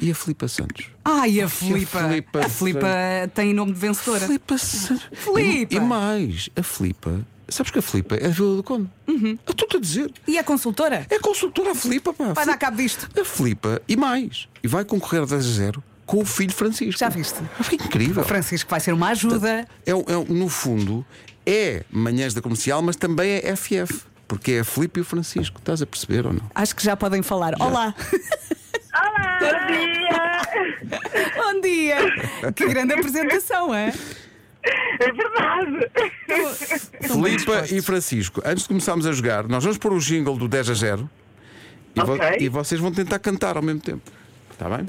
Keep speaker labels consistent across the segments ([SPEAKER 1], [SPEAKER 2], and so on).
[SPEAKER 1] E a Filipa Santos?
[SPEAKER 2] Ai, a Filipa.
[SPEAKER 1] a Filipa
[SPEAKER 2] A Filipa tem nome de vencedora.
[SPEAKER 1] Filipa Santos.
[SPEAKER 2] Filipa!
[SPEAKER 1] E, e mais, a Filipa. Sabes que a Filipa é a Vila do Conde? Uhum. Estou-te a dizer.
[SPEAKER 2] E é consultora?
[SPEAKER 1] É consultora a Filipa, pá.
[SPEAKER 2] Vai dar cabo disto.
[SPEAKER 1] A Filipa e mais. E vai concorrer 10 a 0 com o filho Francisco.
[SPEAKER 2] Já viste?
[SPEAKER 1] Foi incrível.
[SPEAKER 2] O Francisco vai ser uma ajuda.
[SPEAKER 1] É, um- é um- no fundo, é manhãs da comercial, mas também é FF. Porque é a Filipe e o Francisco. Estás a perceber ou não?
[SPEAKER 2] Acho que já podem falar. Olá!
[SPEAKER 3] Olá, bom dia!
[SPEAKER 2] Bom dia! Que grande apresentação, é?
[SPEAKER 3] É verdade!
[SPEAKER 1] Filipa e Francisco, antes de começarmos a jogar, nós vamos pôr o jingle do 10 a 0 e, vo-
[SPEAKER 3] Ok.
[SPEAKER 1] e vocês vão tentar cantar ao mesmo tempo. Está bem?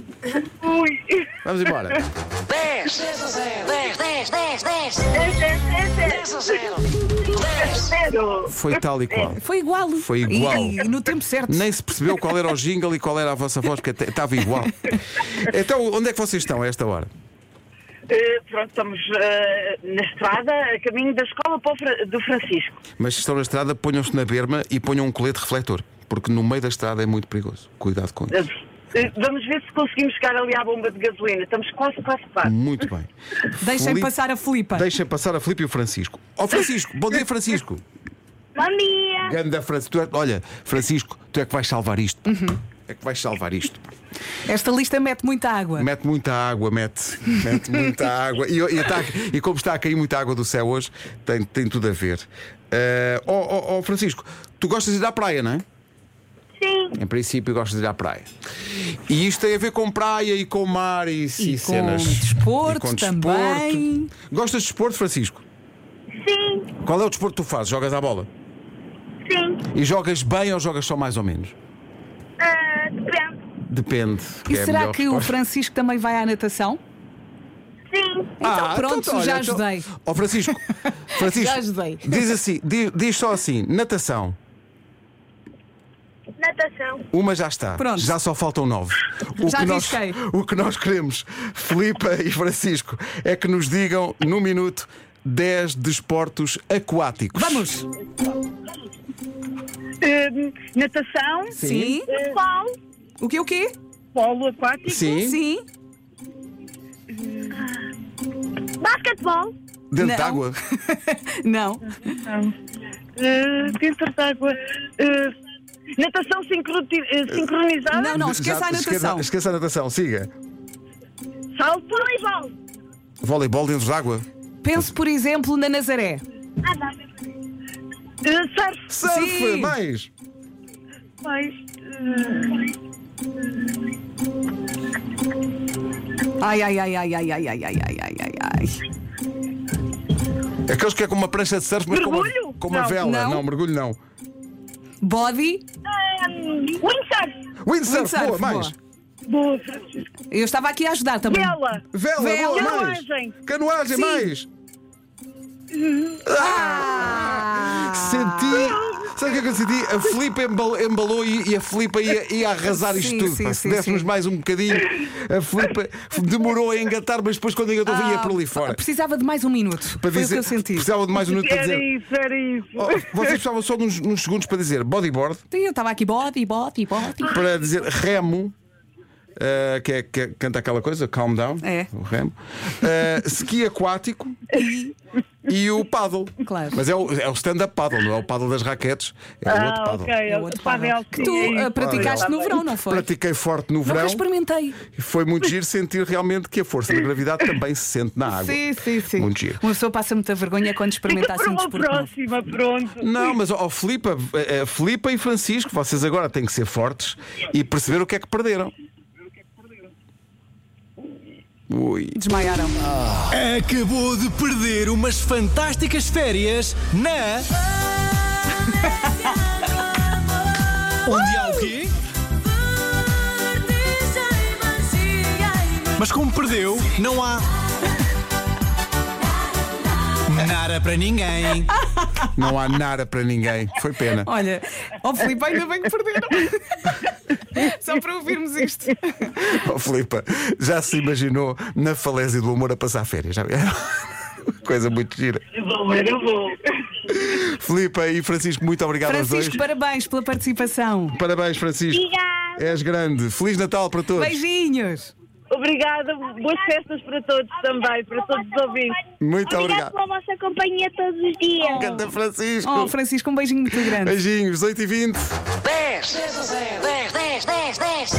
[SPEAKER 3] Ui!
[SPEAKER 1] Vamos embora.
[SPEAKER 4] 10 10 10 10 10 10 a 0 10
[SPEAKER 3] Zero!
[SPEAKER 1] Foi tal e qual.
[SPEAKER 2] Foi igual.
[SPEAKER 1] Foi igual.
[SPEAKER 2] E, e no tempo certo.
[SPEAKER 1] Nem se percebeu qual era o jingle e qual era a vossa voz, porque até- estava igual. Então, onde é que vocês estão a esta hora?
[SPEAKER 3] Eh, pronto, estamos eh, na estrada, a caminho da escola para o Fra- do Francisco.
[SPEAKER 1] Mas se estão na estrada, ponham-se na berma e ponham um colete refletor, porque no meio da estrada é muito perigoso. Cuidado com isso.
[SPEAKER 3] Eh, vamos ver se conseguimos chegar ali à bomba de gasolina. Estamos quase, quase, quase.
[SPEAKER 1] Muito bem.
[SPEAKER 2] Deixem
[SPEAKER 1] Fili-
[SPEAKER 2] passar a Filipa.
[SPEAKER 1] Deixem passar a Filipe e o Francisco. Ó Francisco, bom dia, Francisco.
[SPEAKER 3] Bom dia!
[SPEAKER 1] Ganda Francisco. Tu é- Olha, Francisco, tu é que vais salvar isto. pá. É que vais salvar isto.
[SPEAKER 2] Esta lista mete muita água.
[SPEAKER 1] Mete muita água, mete. Mete muita água. E, e tá- e como está a cair muita água do céu hoje, tem, tem tudo a ver. Eh, Ó ó, ó, Francisco, tu gostas de ir à praia, não é?
[SPEAKER 3] Sim!
[SPEAKER 1] Em princípio, gostas de ir à praia. E isto tem a ver com praia e com mar e,
[SPEAKER 2] com
[SPEAKER 1] cenas.
[SPEAKER 2] desporto também.
[SPEAKER 1] Gostas de desporto, Francisco?
[SPEAKER 3] Sim!
[SPEAKER 1] Qual é o desporto que tu fazes? Jogas à bola?
[SPEAKER 3] Sim!
[SPEAKER 1] E jogas bem ou jogas só mais ou menos?
[SPEAKER 3] Eh, depende.
[SPEAKER 1] Depende.
[SPEAKER 2] E
[SPEAKER 1] é a
[SPEAKER 2] será
[SPEAKER 1] melhor
[SPEAKER 2] que o
[SPEAKER 1] resposta.
[SPEAKER 2] Francisco também vai à natação?
[SPEAKER 3] Sim!
[SPEAKER 2] Então
[SPEAKER 1] Ah,
[SPEAKER 2] pronto,
[SPEAKER 1] olha,
[SPEAKER 2] já
[SPEAKER 1] então-
[SPEAKER 2] ajudei.
[SPEAKER 1] Ó Francisco, Francisco,
[SPEAKER 2] Já ajudei.
[SPEAKER 1] Diz assim, diz, diz só assim, natação,
[SPEAKER 3] Natação!
[SPEAKER 1] uma já está.
[SPEAKER 2] Pronto.
[SPEAKER 1] Já só faltam nove. O
[SPEAKER 2] Já
[SPEAKER 1] que nós,
[SPEAKER 2] risquei.
[SPEAKER 1] o que nós queremos, Filipa e Francisco, é que nos digam num minuto 10 desportos aquáticos.
[SPEAKER 2] Vamos!
[SPEAKER 3] Eh, natação!
[SPEAKER 2] Sim.
[SPEAKER 3] Polo!
[SPEAKER 2] O que o quê?
[SPEAKER 3] Polo aquático!
[SPEAKER 1] Sim,
[SPEAKER 2] Sim.
[SPEAKER 3] Basquetebol!
[SPEAKER 1] dentro
[SPEAKER 2] Não.
[SPEAKER 1] de água.
[SPEAKER 2] Não.
[SPEAKER 3] Eh, dentro d'água. Eh, natação sincroti- eh, sincronizada.
[SPEAKER 2] Não, não, esqueça
[SPEAKER 1] Já-
[SPEAKER 2] a natação.
[SPEAKER 1] Esqueça, esqueça a natação, siga.
[SPEAKER 3] Salto. Voleibol.
[SPEAKER 1] Voleibol dentro de água.
[SPEAKER 2] Pense, por exemplo, na Nazaré.
[SPEAKER 3] Eh, surf.
[SPEAKER 1] Surf,
[SPEAKER 2] Sim.
[SPEAKER 1] mais.
[SPEAKER 3] Mais.
[SPEAKER 2] Ai, ai, ai, ai, ai, ai, ai, ai, ai, ai, ai, ai.
[SPEAKER 1] Aqueles que é com uma prancha de surf, mas com uma-
[SPEAKER 3] Mergulho?
[SPEAKER 1] com uma,
[SPEAKER 3] Não.
[SPEAKER 1] vela.
[SPEAKER 2] Não.
[SPEAKER 1] não, mergulho não.
[SPEAKER 2] Body,
[SPEAKER 3] Um windsurf.
[SPEAKER 1] Windsurf,
[SPEAKER 2] Windsurf,
[SPEAKER 1] boa, mais.
[SPEAKER 2] boa.
[SPEAKER 3] Boa, Francisco.
[SPEAKER 2] eu estava aqui a ajudar também.
[SPEAKER 3] Vela.
[SPEAKER 1] Vela,
[SPEAKER 2] Vela.
[SPEAKER 1] boa,
[SPEAKER 3] Canoagem.
[SPEAKER 1] mais. Canoagem, mais. Ah! Senti. Sabe o que é que eu senti? A Filipe embal- embalou e, e a Filipe ia, ia arrasar isto
[SPEAKER 2] Sim,
[SPEAKER 1] tudo.
[SPEAKER 2] sim,
[SPEAKER 1] pá. Se
[SPEAKER 2] sim,
[SPEAKER 1] dessemos
[SPEAKER 2] sim.
[SPEAKER 1] mais um bocadinho, a Filipe demorou a engatar, mas depois quando engatou vinha
[SPEAKER 2] Ah,
[SPEAKER 1] por ali fora.
[SPEAKER 2] Precisava de mais um minuto.
[SPEAKER 1] Para
[SPEAKER 2] Foi
[SPEAKER 1] dizer,
[SPEAKER 2] o que eu senti.
[SPEAKER 1] Precisava de mais um minuto para
[SPEAKER 3] Era
[SPEAKER 1] dizer.
[SPEAKER 3] isso, era isso.
[SPEAKER 1] Oh, vocês precisavam só de uns, uns segundos para dizer bodyboard,
[SPEAKER 2] Sim, Eu estava aqui body, body, body.
[SPEAKER 3] Ah,
[SPEAKER 1] para dizer remo, eh, que, é, que é- canta aquela coisa, calm down,
[SPEAKER 2] É.
[SPEAKER 1] o remo, eh, ski aquático e o paddle.
[SPEAKER 2] Claro.
[SPEAKER 1] Mas é o, é o stand-up paddle, não é o paddle das raquetes, é o outro
[SPEAKER 3] Ah,
[SPEAKER 1] paddle.
[SPEAKER 3] ok.
[SPEAKER 2] É o outro
[SPEAKER 3] Pavel,
[SPEAKER 2] paddle. Que
[SPEAKER 3] sim,
[SPEAKER 2] tu
[SPEAKER 3] é isso.
[SPEAKER 2] ah, praticaste
[SPEAKER 1] Pavel.
[SPEAKER 2] no verão, não foi?
[SPEAKER 1] Pratiquei forte no
[SPEAKER 2] Nunca
[SPEAKER 1] verão
[SPEAKER 2] experimentei.
[SPEAKER 1] e foi muito giro sentir realmente que a força da gravidade também se sente na água.
[SPEAKER 2] Sim, sim, sim.
[SPEAKER 1] Muito giro.
[SPEAKER 2] Uma pessoa passa muita vergonha quando experimenta
[SPEAKER 3] Fica para
[SPEAKER 2] assim um
[SPEAKER 3] uma
[SPEAKER 2] desporto. novo.
[SPEAKER 3] próxima, pronto.
[SPEAKER 1] Não, mas ó, ó, Filipa, eh, eh, Filipa e Francisco, vocês agora têm que ser fortes e perceber o que é que perderam.
[SPEAKER 3] é
[SPEAKER 1] Ui.
[SPEAKER 2] Desmaiaram.
[SPEAKER 5] Acabou É de perder umas fantásticas férias na. Onde há o quê? Mas como perdeu, não há. Nada para ninguém.
[SPEAKER 1] Não há nada para ninguém. Foi pena.
[SPEAKER 2] Olha, ó Filipe, ainda bem que perderam. Só para ouvirmos isto.
[SPEAKER 1] Oh, Filipa, já se imaginou na falésia do amor a passar férias? Já vieram? Coisa muito gira.
[SPEAKER 3] Eu vou, eu vou.
[SPEAKER 1] Filipa e Francisco, muito obrigado aos
[SPEAKER 2] Francisco,
[SPEAKER 1] dois.
[SPEAKER 2] parabéns pela participação.
[SPEAKER 1] Parabéns, Francisco.
[SPEAKER 3] Obrigada.
[SPEAKER 1] És grande. Feliz Natal para todos.
[SPEAKER 2] Beijinhos.
[SPEAKER 3] Obrigada, boas festas para todos também, para todos os ouvintes.
[SPEAKER 1] Muito
[SPEAKER 6] Obrigado
[SPEAKER 1] obrigado. Um
[SPEAKER 6] pela vossa companhia todos os dias.
[SPEAKER 1] Canta Francisco.
[SPEAKER 2] Oh, Francisco, um beijinho muito grande.
[SPEAKER 1] Beijinhos, 8h20.
[SPEAKER 4] 10 10 10 10 10 10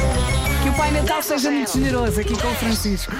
[SPEAKER 2] Que o Pai Natal seja muito generoso aqui com o Francisco.